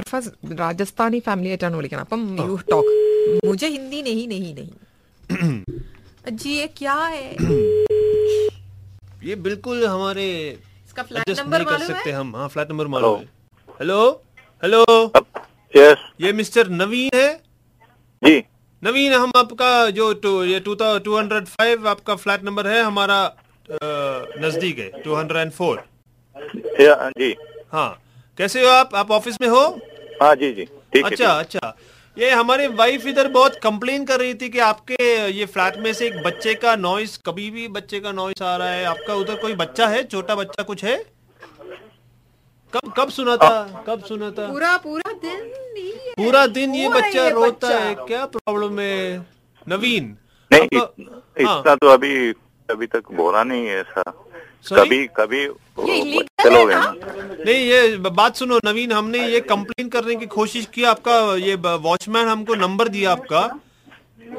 Arfaz Rajasthani family ആയിട്ടാണ് വിളിക്കണം അപ്പം യു ടോക്ക് മുജെ ഹിന്ദി नहीं नहीं नहीं जी ये क्या है ये बिल्कुल हमारे इसका फ्लैट एडजस्ट नंबर नहीं कर मालूम सकते है हम हाँ फ्लैट नंबर मालूम है हेलो हेलो यस ये मिस्टर नवीन है जी नवीन हम आपका जो टू, ये टू टू हंड्रेड फाइव आपका फ्लैट नंबर है हमारा अ, नजदीक है टू हंड्रेड एंड फोर या जी हाँ कैसे हो आप आप ऑफिस में हो हाँ जी जी ठीक है अच्छा अच्छा ये हमारी वाइफ इधर बहुत कंप्लेन कर रही थी कि आपके ये फ्लैट में से एक बच्चे का नॉइस कभी भी बच्चे का नॉइस आ रहा है आपका उधर कोई बच्चा है छोटा बच्चा कुछ है कब कब सुना था कब सुना था पूरा पूरा दिन ही है। पूरा दिन ये पूरा बच्चा ये रोता बच्चा। है क्या प्रॉब्लम है नवीन नहीं आपका- इत- इतना हाँ, तो अभी अभी तक बोला नहीं है ऐसा Sorry? कभी कभी ये illegal चलो है गए ना? ना। नहीं ये ब- बात सुनो नवीन हमने ये कंप्लेन करने की कोशिश की आपका ये वॉचमैन हमको नंबर दिया आपका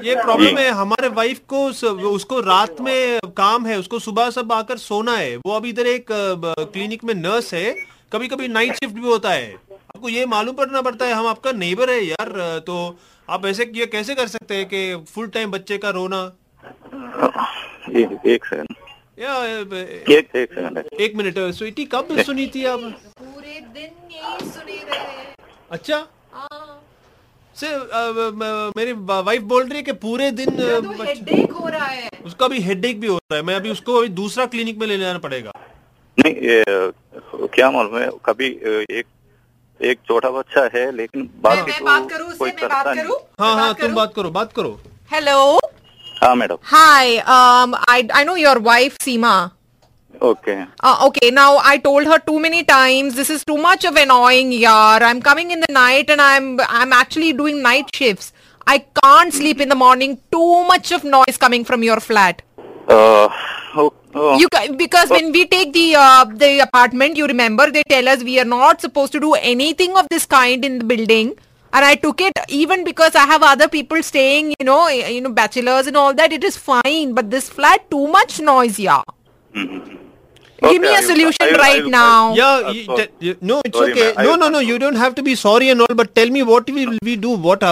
ये प्रॉब्लम जी। है हमारे वाइफ को उस- उसको रात में काम है उसको सुबह सब आकर सोना है वो अभी इधर एक क्लिनिक में नर्स है कभी कभी नाइट शिफ्ट भी होता है आपको ये मालूम पड़ना पड़ता है हम आपका नेबर है यार अ, तो आप ऐसे ये कैसे कर सकते हैं कि फुल टाइम बच्चे का रोना ए- एक सेकंड या अ, एक एक सेकंड है। एक मिनट अ, स्वीटी कब सुनी थी आप पूरे दिन यही सुने रहे हैं। अच्छा हाँ, से अ, ब- ब- मेरी वाइफ बोल रही है कि पूरे दिन अ, तो बच- हेडेक हो रहा है उसका भी हेडेक भी हो रहा है मैं अभी उसको अभी दूसरा क्लिनिक में ले जाना पड़ेगा नहीं ये, अ, क्या मालूम है कभी अ, एक एक छोटा बच्चा है लेकिन मैं बाकी मैं तो बात करूँ उससे कोई मैं बात करता करूँ नहीं हाँ हाँ तुम बात करो बात करो हेलो हाँ madam Hi, um, I I know your wife Seema. Okay Uh, okay, now I told her too many times. This is too much of annoying, yaar. I'm coming in the night and I'm I'm actually doing night shifts. I can't sleep in the morning. Too much of noise coming from your flat. Uh, ओ- ओ- You ca- because when we take the uh, the apartment, you remember they tell us we are not supposed to do anything of this kind in the building. And I took it even because I have other people staying, you know, eh, you know, bachelors and all that. It is fine, but this flat too much noise, yeah. Mm-hmm. Okay, Give me I a will- I solution will- I right will- now. Yeah Uh, you- sorry. te- you- no it's Sorry, okay ma'am. I- no no no you don't have to be sorry and all but tell me what will we do what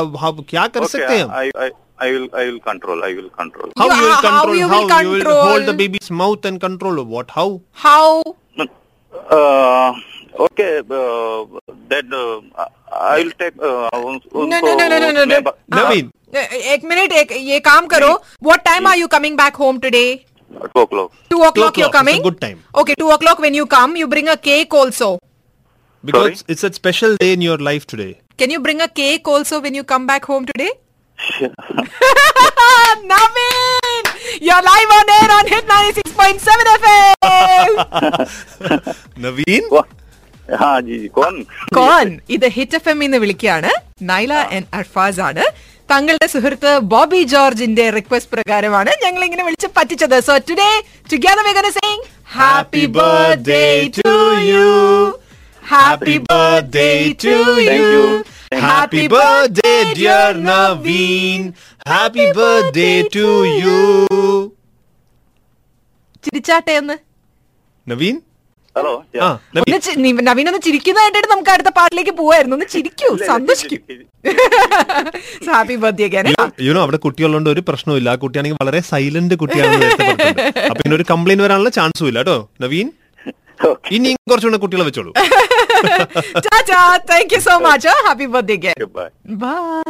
क्या कर okay सकते हैं हम I I- I will I will control I will control how You- you will how you control will how you will control? Ah. Hold the baby's mouth and control what how How? Uh, okay, uh, that uh, I will take. Uh, un, No, no, no, no, no, no, no. Naveen. Uh, एक minute एक ये काम करो What time are you coming back home today? no. Uh, Two o'clock. Two o'clock. o'clock You're is a coming. good time. Okay, two o'clock when you come, you bring a cake also. Because it's a special day in your life today Can you bring a cake also when you come back home today? Sure. Naveen! You're live on air on Hit 96.7 FM! Naveen What? हाँ जी जी कौन കോൺ ഇത് hit F എന്ന് വിളിക്കുകയാണ് Nyla and Arfaz ആണ് തങ്ങളുടെ സുഹൃത്ത് ബോബി ജോർജിന്റെ റിക്വസ്റ്റ് പ്രകാരമാണ് ഞങ്ങൾ ഇങ്ങനെ വിളിച്ച് പറ്റിച്ചത് so today together we gonna sing happy birthday to you happy birthday to Thank you you. Happy birthday dear Naveen happy birthday to you ചിരിച്ചാട്ടെ ഒന്ന് नवीन हेलो हाँ नवीन ഒന്ന് ചി- നി- നവീൻ ഒന്ന് ചിരിക്കുന്നതായിട്ട് നമുക്ക് അടുത്ത പാട്ടിലേക്ക് പോവായിരുന്നു ഒന്ന് ചിരിക്കൂ സന്തോഷിക്കൂ ഹാപ്പി ബർത്ത്ഡേ ഒക്കെ യുനോ അവിടെ കുട്ടികളുണ്ട് ഒരു പ്രശ്നമില്ല ആ കുട്ടിയാണെങ്കിൽ വളരെ സൈലന്റ് കുട്ടിയാണെന്ന് വ്യക്തപ്പെടുത്തുന്നുണ്ട് അപ്പൊ പിന്നെ ഒരു കംപ്ലൈന്റ് വരാനുള്ള ചാൻസും ഇല്ല കേട്ടോ നവീൻ ओके ഇനി കുറച്ചുകൂടെ കുട്ടികളെ വെച്ചോളൂ Ta-ta! Thank you so much. Huh? Happy birthday again. Bye Bye.